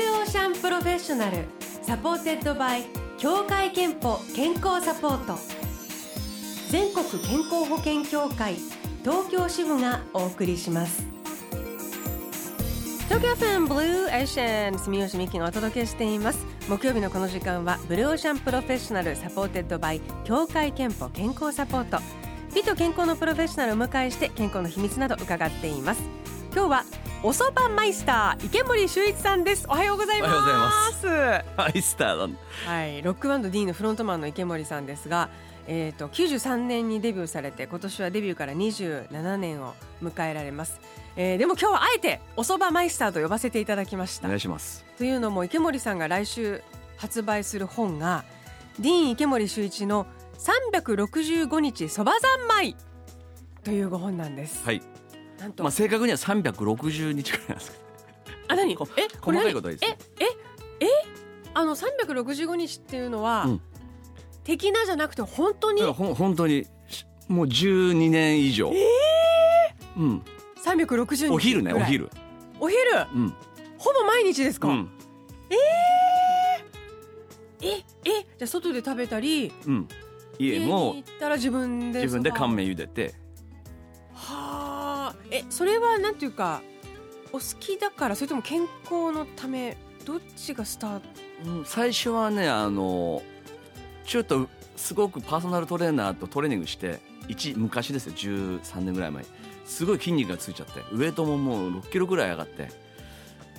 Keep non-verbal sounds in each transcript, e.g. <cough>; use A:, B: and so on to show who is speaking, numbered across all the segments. A: フェッショナルサポーテッドバイ協会憲法健康サポート全国健康保険協会東京支部がお送りします東京 FM ブルーエーシャン住吉美希がお届けしています木曜日のこの時間はブルーオーシャンプロフェッショナルサポーテッドバイ協会憲法健康サポート美と健康のプロフェッショナルをお迎えして健康の秘密など伺っています今日はおそばマイスター池森修一さんですおはようございます
B: おはようございます
A: は
B: アイスターなんだ
A: い、ロックバンド D のフロントマンの池森さんですがえー、と93年にデビューされて今年はデビューから27年を迎えられます、えーでも今日はあえておそばマイスターと呼ばせていただきまし
B: お
A: た
B: 願いします
A: というのも池森さんが来週発売する本がディーン池森秀一の365日そば三昧というご本なんです、
B: はい、
A: なんと、
B: まあ、正確には360日くらいなんですけど
A: あ何え
B: こ
A: これ
B: 細か
A: 何
B: いことはいいですね
A: えええあの365日っていうのは、
B: うん
A: 的なじゃなくて本当に
B: だからほん本当にしもう12年以上ええうん、
A: 360日
B: お昼ね
A: ぐ
B: お
A: らい
B: 昼
A: お昼
B: うん、
A: ほぼ毎日ですか、
B: うん
A: ええじゃあ外で食べたり
B: うん、家
A: 家に
B: も
A: 行ったら自分で
B: 自分で
A: そばを
B: 乾麺茹でて
A: はあえそれはなんていうかお好きだからそれとも健康のためどっちがスタート
B: うん最初はねあのちょっとすごくパーソナルトレーナーとトレーニングして一昔ですよ13年ぐらい前にすごい筋肉がついちゃってウエイトももう6キロぐらい上がって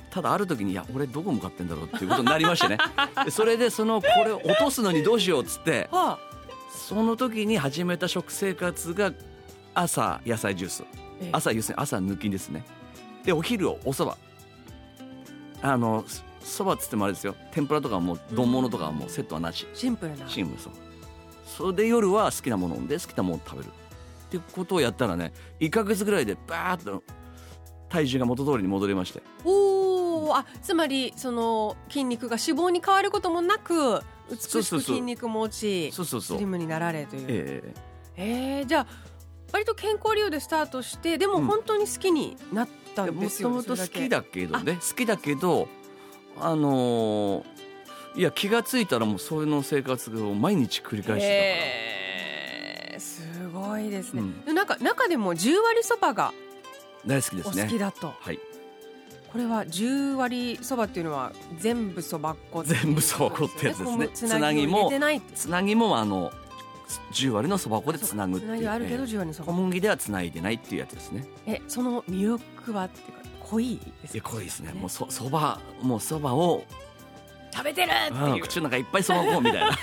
B: ただある時にいや俺どこ向かってんだろうっていうことになりましてねでそれでそのこれを落とすのにどうしようっつって
A: は
B: その時に始めた食生活が朝野菜ジュース
A: ええ
B: 朝要するに朝抜きですねでお昼をおそばあのそそばっつってもあれですよ天ぷらとかもう丼物とかはもうセットはなし
A: シンプルな
B: シングルそうそれで夜は好きなもの飲んで好きなものを食べるってことをやったらね1ヶ月ぐらいでバーッと体重が元通りに戻りまして
A: おーあつまりその筋肉が脂肪に変わることもなく美
B: そう
A: し
B: そう
A: く
B: そう
A: 筋肉も落ち
B: そうそうそ
A: スリ
B: う
A: ムになられというえ
B: ええ
A: ーじゃあ割と健康利用でスタートしてでも
B: うん
A: 本当に好きになったんで
B: も
A: す
B: と
A: よ、
B: も
A: それ
B: と好き
A: だ
B: だけどね好きだけどあのーいや気がついたらもうそれの生活を毎日繰り
A: け
B: 返して
A: えーすごいですね、
B: うん
A: でもなんか中でも10割そばが
B: たから大好きで
A: お
B: すね
A: 好きだと、
B: はい
A: これは十割そばっていうのは全部そばっこっていう
B: 全部そば粉ってやつですね
A: こうつなぎ
B: つなぎも
A: も入れてないって
B: つなぎもあの10割のそば粉でつなぐっ
A: つ
B: て
A: な
B: いう
A: ぎはあるけど
B: え
A: 十割の
B: え
A: そ
B: 小
A: ば
B: 麦ではつないでないっていうやつですね
A: えその魅力はっていうか濃いです
B: い
A: か
B: や濃いですねもうそそばもうそばを、
A: 食べてるって
B: うん
A: いう、
B: 口の中いっぱいそば粉みたいな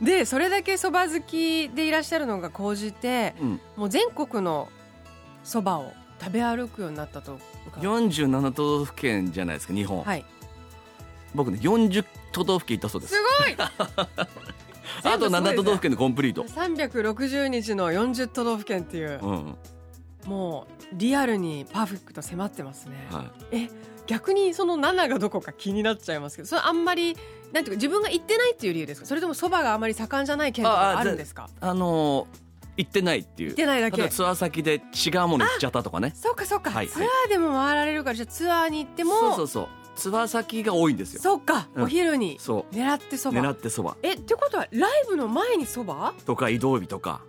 A: でそれだけそば好きでいらっしゃるのが高じて
B: <laughs> うん
A: もう全国のそばを食べ歩くようになったと伺う
B: 47都道府県じゃないですか日本、
A: はい
B: 僕ね40都道府県行ったそうですす
A: ごい
B: <laughs> あと7都道
A: 県
B: 府県のコンプリート、
A: 360日の40都道府県っていう、
B: うんはい、
A: もうリアルにパーフェクト迫ってますね、逆にその7がどこか気になっちゃいますけどそれあんまりなんていうか自分が行ってないっていう理由ですかそれともそばがあまり盛んじゃない県と
B: あ
A: か
B: あ
A: あるんですか
B: あのー行ってないってい
A: 行
B: う
A: ってないだ
B: 例えば
A: け
B: ツアー先で違うもの行っちゃったとかね
A: そうかそうか、
B: はい
A: ツアーでも回られるからじゃあツアーに行っても
B: そうそうそうツアー先が多いんですよ
A: そうか、
B: うん
A: お昼に
B: そ
A: 狙ってそうば
B: 狙ってそば
A: えってことはライブの前にそば
B: とか移動日とか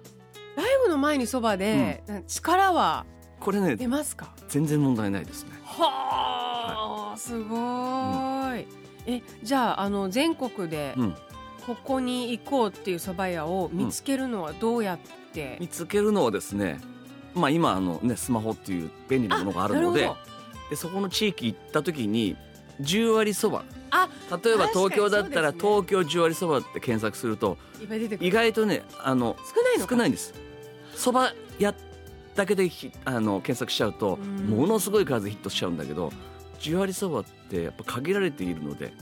A: ライブの前にそばで、なんか力は
B: これね
A: 出ますか
B: 全然問題ないですね
A: はあすごーい、えじゃああの全国で
B: うん
A: ここに行こうっていうそば屋を見つけるのはどうやって、
B: 見つけるのはですねまあ今あのねスマホっていう便利なものがあるの
A: な
B: で
A: るほ
B: でそこの地域行った時に10割そば
A: あ
B: 例えば
A: 確かに
B: 東京だったら、
A: そうですね
B: 東京10割そばって検索すると
A: どいっぱい出てく
B: 意
A: る
B: 外とねあの
A: 少ないのか
B: 少ないんですそば屋だけでひあの検索しちゃうと
A: うん
B: ものすごい数ヒットしちゃうんだけど10割そばってやっぱ限られているので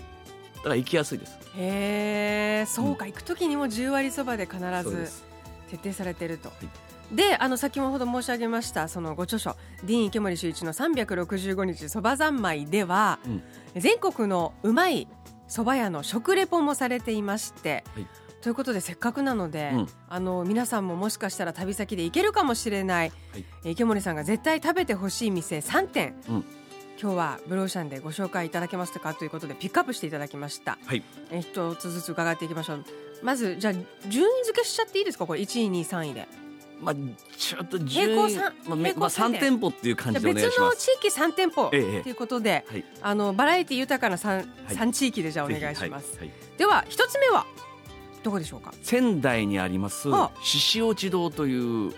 B: だから行きやすいです
A: へえそうか、行く時にも10割そばで必
B: そうで
A: ず
B: す
A: 徹底されていると。であの先ほど申し上げましたそのご著書「ディーン池森秀一の365日そば三昧」では、
B: うん
A: 全国のうまいそば屋の食レポもされていまして。
B: はい
A: ということでせっかくなので、
B: うん
A: あの皆さんももしかしたら旅先で行けるかもしれない、
B: はい
A: えー池森さんが絶対食べてほしい店3点、
B: うん
A: 今日はブルーオーシャンでご紹介いただけましたかということでピックアップしていただきました
B: はい
A: え一つずつ伺っていきましょうまずじゃあ順位付けしちゃっていいですかこれ1位2位3位で
B: まあちょっと順位
A: 平行さん
B: まあめ
A: 平行
B: まあ
A: 三
B: 三店舗っていう感
A: じゃ
B: じ
A: あ
B: でお願い
A: 別
B: しま
A: の
B: す
A: 地域3店舗と
B: ええええ
A: いうことで、
B: はい
A: あのバラエティ豊かな 3,
B: はい
A: 三地域でじゃあお願い
B: ぜ
A: し
B: ひ
A: ます、
B: はいはい
A: では一つ目はどこでしょうか
B: 仙台にあります
A: あ
B: 獅子落ち堂という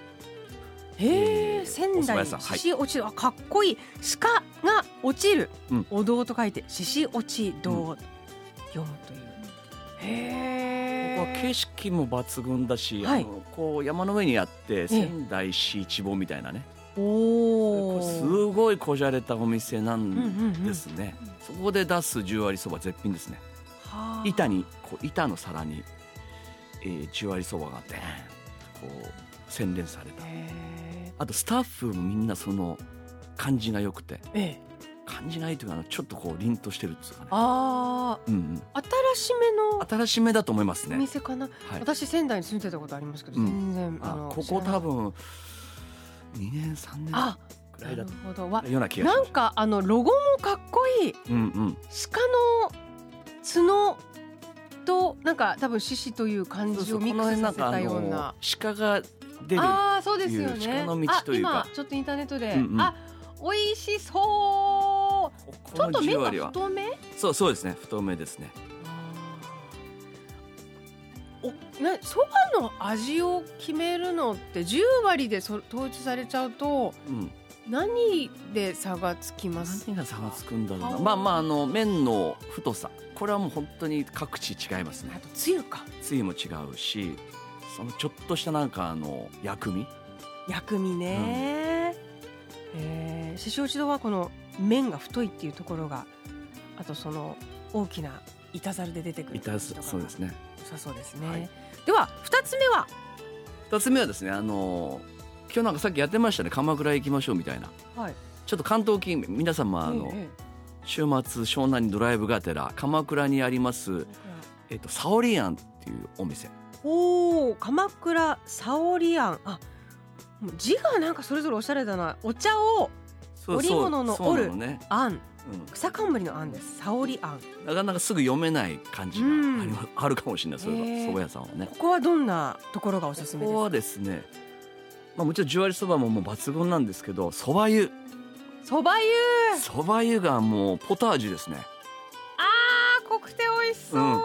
A: へ
B: え
A: え
B: ー
A: 仙
B: お蕎麦
A: 台
B: 屋さんはい
A: 獅子落ちあかっこいい鹿が落ちる、
B: うん
A: お堂と書いて獅子落ち堂読むという、へ
B: ここは景
A: え
B: 色も抜群だし、
A: はい
B: あのこう山の上にあって仙台市一望みたいなね、
A: お
B: こ
A: お
B: れすごいこじゃれたお店なんですね、
A: うんうんうん
B: そこで出す十割そば絶品ですね
A: はあ
B: 板にこう板の皿に、えー、十割そばがでこう洗練された
A: へえ
B: あとスタッフもみんなその感じが良くて
A: ええ
B: 感じないというかあのちょっとこう凛としてるっていうかね、
A: あ
B: うんうん、
A: あ新しめの
B: 新しめだと思います
A: お
B: ね、
A: 店かな、
B: はい、
A: 私仙台に住んでたことありますけど、
B: うん
A: 全然あ
B: あ
A: の
B: こ
A: 知らな
B: こ
A: か
B: 多
A: った
B: 分2年3年
A: あ
B: くら
A: ない
B: だ
A: る
B: っ
A: ほどわ
B: たような気がし
A: な
B: ま
A: ん
B: す
A: かあのロゴもかっこいい
B: うんうん
A: 鹿の角となんか多分獅子という漢
B: そう
A: 字
B: そ
A: を
B: う
A: ミ
B: こ
A: ック
B: の
A: スさ
B: 辺なん
A: せ
B: かあ
A: たような
B: の鹿が出る
A: ああそうですよね
B: 鹿の道というか
A: あ今ちょっとインターネットで、
B: うんうん
A: あ美味しそうちょっと
B: 目
A: 目が太め
B: そうそうですね太めですね
A: おねそばの味を決めるのって10割でそ統一されちゃうと
B: うん
A: 何で差がつきます
B: 何が差がつくんだろう
A: あ
B: な
A: ー
B: まあまああの麺の太さこれはもう本当に各地違います
A: あ
B: ね
A: とつゆか
B: つゆも違うしそのちょっとしたなんかあの薬味
A: 薬味ね、えー、獅子落ち堂はこの麺が太いっていうところがあとその大きな板ざるで出てくる
B: いたずそうです
A: ね
B: ね
A: 良さそうですね、
B: はい
A: では二つ目は
B: 二つ目はですねあの今日なんかさっきやってましたね鎌倉行きましょうみたいな
A: はい
B: ちょっと関東近皆様あの、
A: え
B: 週末湘南にドライブがてら鎌倉にあります
A: え、
B: えっと、サオリアンっていうお店
A: おお鎌倉沙織庵あもう字がなんかそれぞれおしゃれだなお茶を
B: そう
A: 織
B: そう
A: 物の
B: そうなのね、
A: 庵
B: うん、
A: 草冠の庵です沙織庵
B: なかなかすぐ読めない感じが
A: うん
B: あります <laughs> あるかもしれないそれは
A: へー
B: 蕎麦屋さんはね
A: こ。こはどんなところがおすすめ
B: こ
A: です
B: こ
A: か
B: はですね、まあ、もちろん十割そばももう抜群なんですけどそば湯
A: そば湯
B: そば湯がもうポタージュですね
A: あー濃くて美味しそう、
B: うん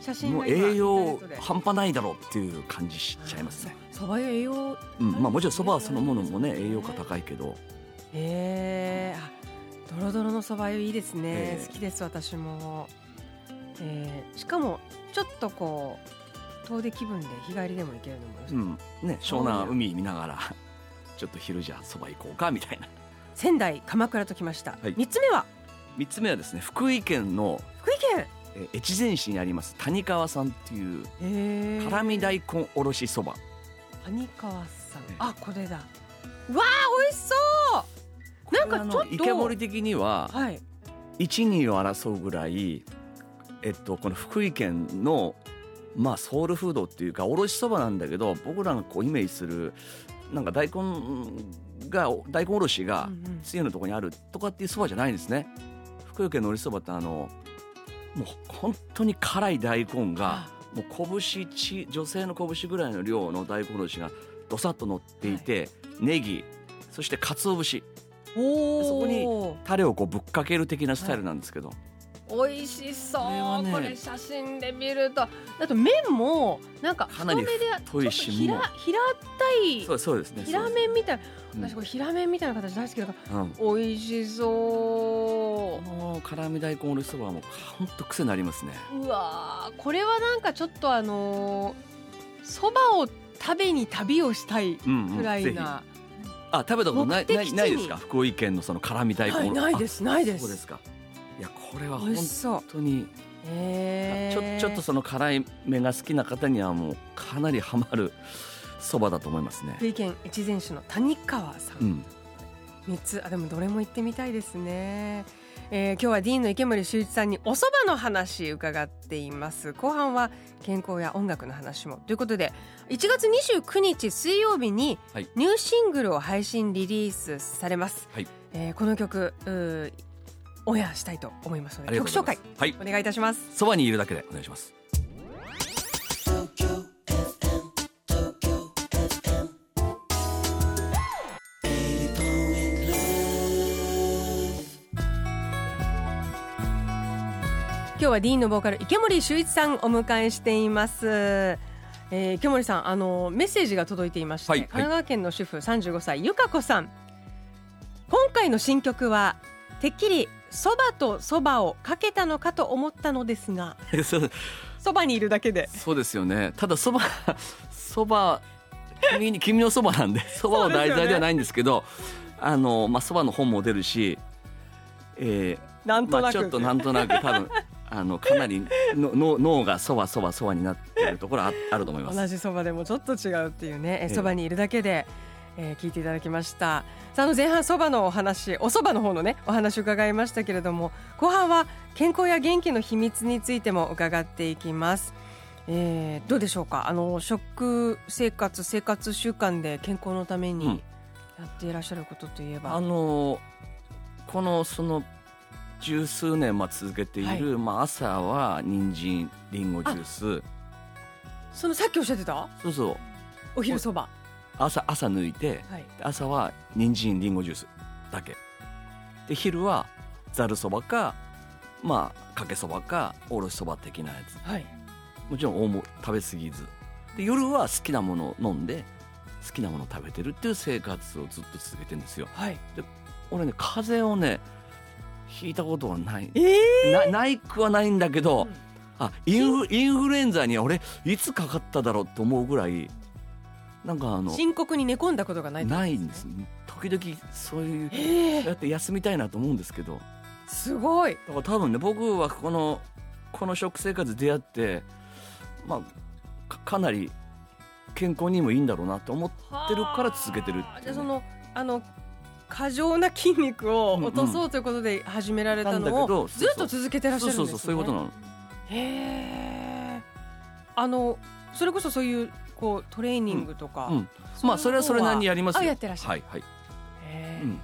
A: 写真
B: もう
A: が今
B: 栄
A: イン
B: 養
A: ターネットで
B: 半端ないだろうっていう感じしちゃいますね、
A: そば湯栄養
B: うんまあ、もちろんそばそのものもね栄養価高いけど
A: へえあドロドロのそば湯いいですね、
B: ええ
A: 好きです私も、えーしかもちょっとこう遠出気分で日帰りでも行けるのも良さ、
B: うんね、湘南海見ながら <laughs> ちょっと昼じゃそば行こうかみたいな
A: 仙台鎌倉と来ました、
B: はい
A: 三つ目は
B: 3つ目はですね福井県の
A: 福井県
B: えー越前市にあります谷川さんっていう
A: へえ
B: 辛味大根おろしそば
A: 谷川さん
B: ええ
A: あこれだうわー美味しそうなんかちょ
B: あの池
A: っ
B: 森
A: と
B: 的には
A: はい
B: 12を争うぐらい、えっと、この福井県の、まあ、ソウルフードっていうかおろしそばなんだけど僕らがこうイメージするなんか大根が大根おろしが
A: うんうん
B: つゆのとこにあるとかっていうそばじゃないんですね。福井県のおろしそばってあのもう本当に辛い大根が
A: あ
B: もう拳ち女性の拳ぐらいの量の大根おろしがどさっと乗っていて、ネギそして鰹節
A: おお
B: そこにタレをこうぶっかける的なスタイルなんですけど、
A: 美味しそう
B: これ
A: こ
B: は
A: れ,、
B: ね
A: 写真で見るとあと麺もなんか太
B: か
A: め
B: な
A: で
B: り
A: ちょっ
B: 太
A: と
B: いし
A: 平
B: もう
A: 平
B: そ
A: たいう
B: そうですね
A: 平麺みたい
B: うん
A: な私これ平麺みたいな形大好きだか
B: うん
A: ら美味しそ
B: もう辛味大根おろしそばはもうほんと癖になりますね
A: ううわーこれはなんかちょっとあのそ、ばを食べに旅をしたい
B: うんうん
A: くらい
B: ぜひ
A: な、
B: あ食べたことない
A: 目
B: な
A: 的地
B: い
A: に
B: ないですか福井県のその辛味大根おろ
A: はい
B: し
A: ないですないです
B: そうですかいやこれは
A: 美
B: 本
A: 味しそう
B: 当に
A: へ
B: ち
A: ー
B: ょちょっとその辛い目が好きな方にはもうかなりハマるそばだと思いますね
A: 福井県越前市の谷川さん
B: うん
A: 三つあでもどれも行ってみたいですね、えー、今日はディーンの池森修一さんにお蕎麦の話伺っています後半は健康や音楽の話もということで1月29日水曜日に
B: はい
A: ニューシングルを配信リリースされます、
B: はい
A: えーこの曲うーオンエアしたいと思いますの
B: あ
A: で
B: りが
A: 曲
B: とう
A: 紹
B: ござ
A: 介
B: いますはい
A: お願いいたします
B: そばにいるだけでお願い
A: <laughs>
B: します
A: 今日はディーンのボーカル池森秀一さんお迎えしています、えー、池森さんあのメッセージが届いていまして、
B: はいはい
A: 神奈川県の主婦35歳ゆかこさん今回の新曲はてっきりそばとそばをかけたのかと思ったのですが
B: そう
A: そばにいるだけで
B: そうですよねただそば <laughs> そば君に君のそばなん
A: <laughs>
B: でそばを題材ではないんですけどあのまあそばの本も出るし、え
A: な
B: ー
A: んと
B: ま
A: な
B: あ、
A: く、
B: ちょっとなんとなく多
A: <laughs>
B: 分あのかなりのの脳がそばそばそばになってるところはああると思います
A: 同。じそばでもちょっと違うっていうねえ
B: ええ
A: そばにいるだけで、えー聞いていただきましたさああの前半そばのお話おそばの方のねお話伺いましたけれども後半は健康や元気の秘密についても伺っていきます、えーどうでしょうかあの食生活生活習慣で健康のため
B: うん
A: にやっていらっしゃることといえば、
B: あのこのその十数年まあ続けている、
A: はい
B: まあ、朝は人参りんごジュース
A: そのさっきおっしゃってた
B: そうそう
A: お昼そば
B: 朝朝抜いて
A: はい
B: 朝は人参りんごジュースだけで昼はざるそばかまあかけそばかおろしそば的なやつ
A: はい
B: もちろん大盛り食べ過ぎずで夜は好きなものを飲んで好きなものを食べてるっていう生活をずっと続けてるんですよ
A: はい
B: 俺ね風邪をねひいたことはない
A: ええ
B: なないくはないんだけど、
A: うん
B: あインフインフルエンザに俺いつかかっただろうと思うぐらいなんかあの
A: 深刻に寝込んだことがないってこと
B: ないんです時々そういう
A: ええ
B: だって休みたいなと思うんですけど
A: すごい
B: だから多分ね僕はこのこの食生活出会ってまあかかなり健康にもいいんだろうなと思って
A: っ
B: るから続けてるっていうね
A: じゃあそのあの過剰な筋肉を落とそうということで始められたの
B: なんだけ
A: を
B: ど
A: ずっと続けてらっしゃ
B: そう
A: るんです
B: そ
A: ね。
B: うそうそういうことなの
A: へえ。あのそれこそそういうこうトレーニングとか、
B: うんうんまあそれはそれなりに
A: や
B: やりますよ
A: あやってらっしゃる
B: はいはい、
A: へえ
B: うん、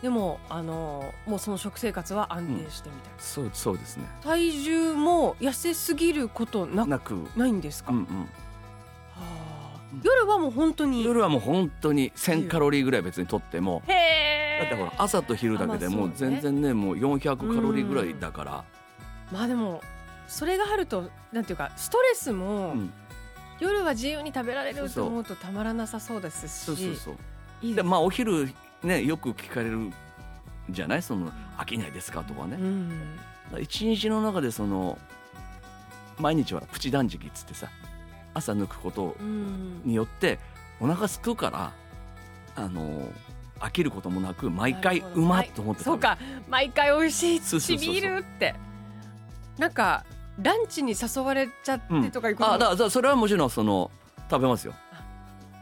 A: でもあのもうその食生活は安定してみたいな。
B: そうそうですね
A: 体重も痩せすぎることな
B: なく
A: ないんですか。
B: うんう
A: は
B: ん
A: あ
B: うん
A: 夜はもう本当に。
B: 夜はもう本当に1000カロリーぐらい別にとっても
A: へえ。
B: だってほら朝と昼だけでも
A: あ
B: う
A: まあそうね
B: 全然ねもう400カロリーぐらいだから
A: まあでもそれがあるとなんていうかストレスも、
B: うん
A: 夜は自由に食べられ
B: そ
A: る
B: うそ
A: と
B: う
A: 思うとたまらなさそうですし
B: そうそうそう
A: いいで
B: ですまあお昼ねよく聞かれるじゃないその飽きないですかとかね
A: う、ん、
B: 一日の中でその毎日はプチ断食っつってさ朝抜くこと
A: うん、
B: によってお腹すくからあの飽きることもなく毎回
A: なるほ
B: う
A: ど
B: まっと思って
A: そう
B: 食べる
A: か毎回美味しい
B: そうそ
A: ち
B: うそうそう
A: びるってなんかランチに誘われちゃってとかいうことも、
B: あだからそれはもちろんその食べますよ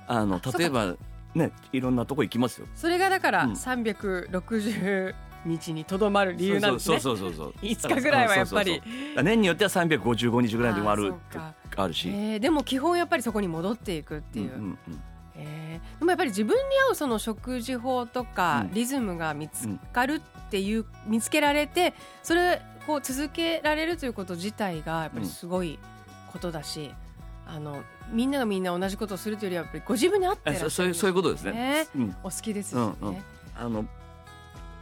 B: あの
A: そうか
B: 例えばねいろんなとこ行きますよ
A: それがだから
B: うん
A: 360日にとどまる理由なんです
B: そう
A: ね
B: そうそうそうそう
A: 5日ぐらいはやっぱり
B: そうそうそうだから年によっては355日ぐらいでもあ
A: あ
B: る
A: そうか
B: あるし、
A: えーでも基本やっぱりそこに戻っていくっていう、
B: うんうん
A: えーでもやっぱり自分に合うその食事法とか
B: うん
A: リズムが見つかるっていう、見つけられてそれこう続けられるということ自体がやっぱりすごいことだし、あのみんながみんな同じことをするというよりはやっぱりご自分に合って
B: う
A: ら
B: んえ
A: っしゃ
B: そ
A: る
B: そういうそういうことですね
A: ね
B: うん、
A: お好きですしね、
B: うんうんあの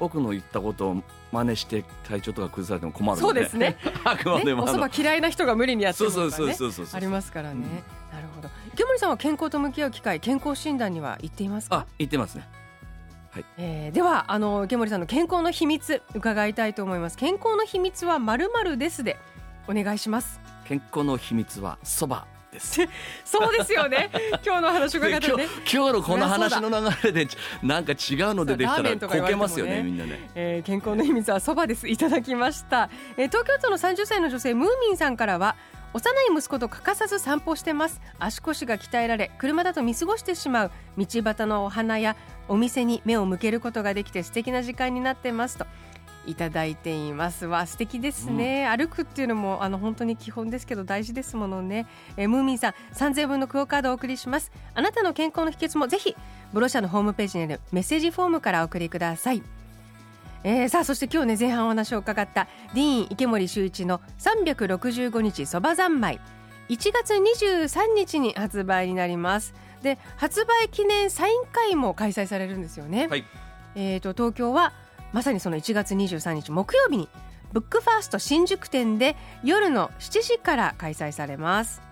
B: 僕の言ったことを真似して体調とか崩されても困るんで
A: そうですね
B: <laughs> あくま
A: ね
B: でも
A: お
B: あ
A: そ
B: の
A: ば嫌いな人が無理にやって
B: そ
A: る
B: う
A: とか
B: そうそう
A: ね
B: そうそうそ
A: あ
B: う
A: りますからね、なるほど池森さんは健康と向き合う機会健康診断には行っていますか
B: あ言ってますね
A: えーではあの池森さんの健康の秘密伺いたいと思います健康の秘密はまるまるですでお願いします
B: 健康の秘密はそばです
A: そうですよ
B: <laughs>
A: ね今日の話伺っ
B: で
A: て
B: 今日
A: ね、
B: 今日のこの話
A: そりゃそ
B: の流れでちなんか違うのででき
A: そ
B: た
A: うラーメ
B: ら
A: ンとか
B: こ
A: 言われ
B: け
A: てもね
B: ますよねみんなね
A: えー健康の秘密はそばですいただきました、えー東京都の30歳の女性ムーミンさんからは幼い息子と欠かさず散歩してます足腰が鍛えられ車だと見過ごしてしまう道端のお花やお店に目を向けることができて素敵な時間になってますといただいていますわ素敵ですね、歩くっていうのもあの本当に基本ですけど大事ですものね、えームーミンさん3000分のクオカードをお送りしますあなたの健康の秘訣もぜひブロシャのホームページにあるメッセージフォームからお送りくださいえーさあそして今日ね前半お話を伺ったディーン池森秀一の365日そば三昧1月23日に発売になりますで発売記念サイン会も開催されるんですよね、
B: はい
A: えーと東京はまさにその1月23日木曜日にブックファースト新宿店で夜の7時から開催されます、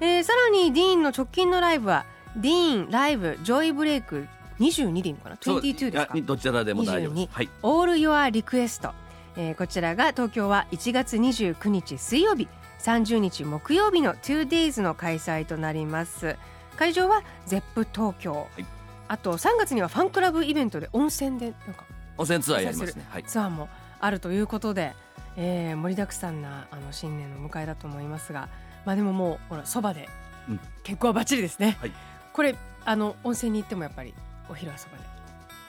A: えーさらにディーンの直近のライブはディーンライブジョイブレイク22でいいのかな
B: そう
A: 22ですか
B: あどちらでも大丈夫で
A: 22
B: すはい
A: オールヨアリクエスト、えーこちらが東京は1月29日水曜日30日木曜日の 2days の開催となります会場は ZEP 東京、
B: い
A: あと3月にはファンクラブイベントで温泉でなんか
B: 温泉ツアーやりますねはい
A: ツアーもあるということで、えー盛りだくさんなあの新年の迎えだと思いますがまあでももうほらそばで、
B: うん
A: 結構はバッチリですね、
B: はい
A: これあの温泉に行ってもやっぱりお昼はそばで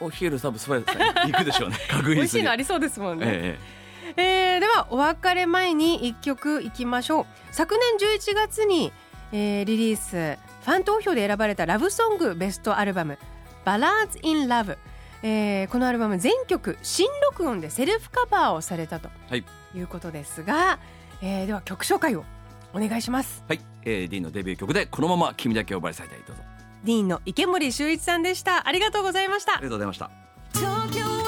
B: お昼多分そば屋さんに行く
A: <laughs>
B: でしょうね
A: 美
B: 確実
A: 味
B: に
A: しいのありそうですもんね、
B: え
A: えーではお別れ前に一曲いきましょう昨年11月に、えーリリースファン投票で選ばれたラブソングベストアルバム「バラーズ・イン・ラブ」えーこのアルバム全曲新録音でセルフカバーをされたと
B: はい
A: いうことですが、えーでは曲紹介をお願いします
B: えはい、えー、D のデビュー曲でこのまま君だけ呼ばれ最大どうぞあ
A: ディーンの池森秀一さんでしたありがとうございました
B: りがとうございました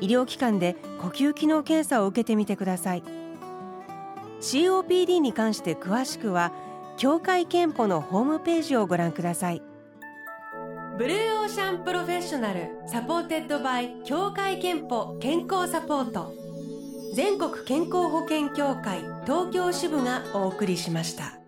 A: 医療機関で呼吸機能検査を受けてみてください COPD に関して詳しくは協会憲法のホームページをご覧くださいブルーオーシャンプロフェッショナルサポーテッドバイ協会憲法健康サポート全国健康保険協会東京支部がお送りしました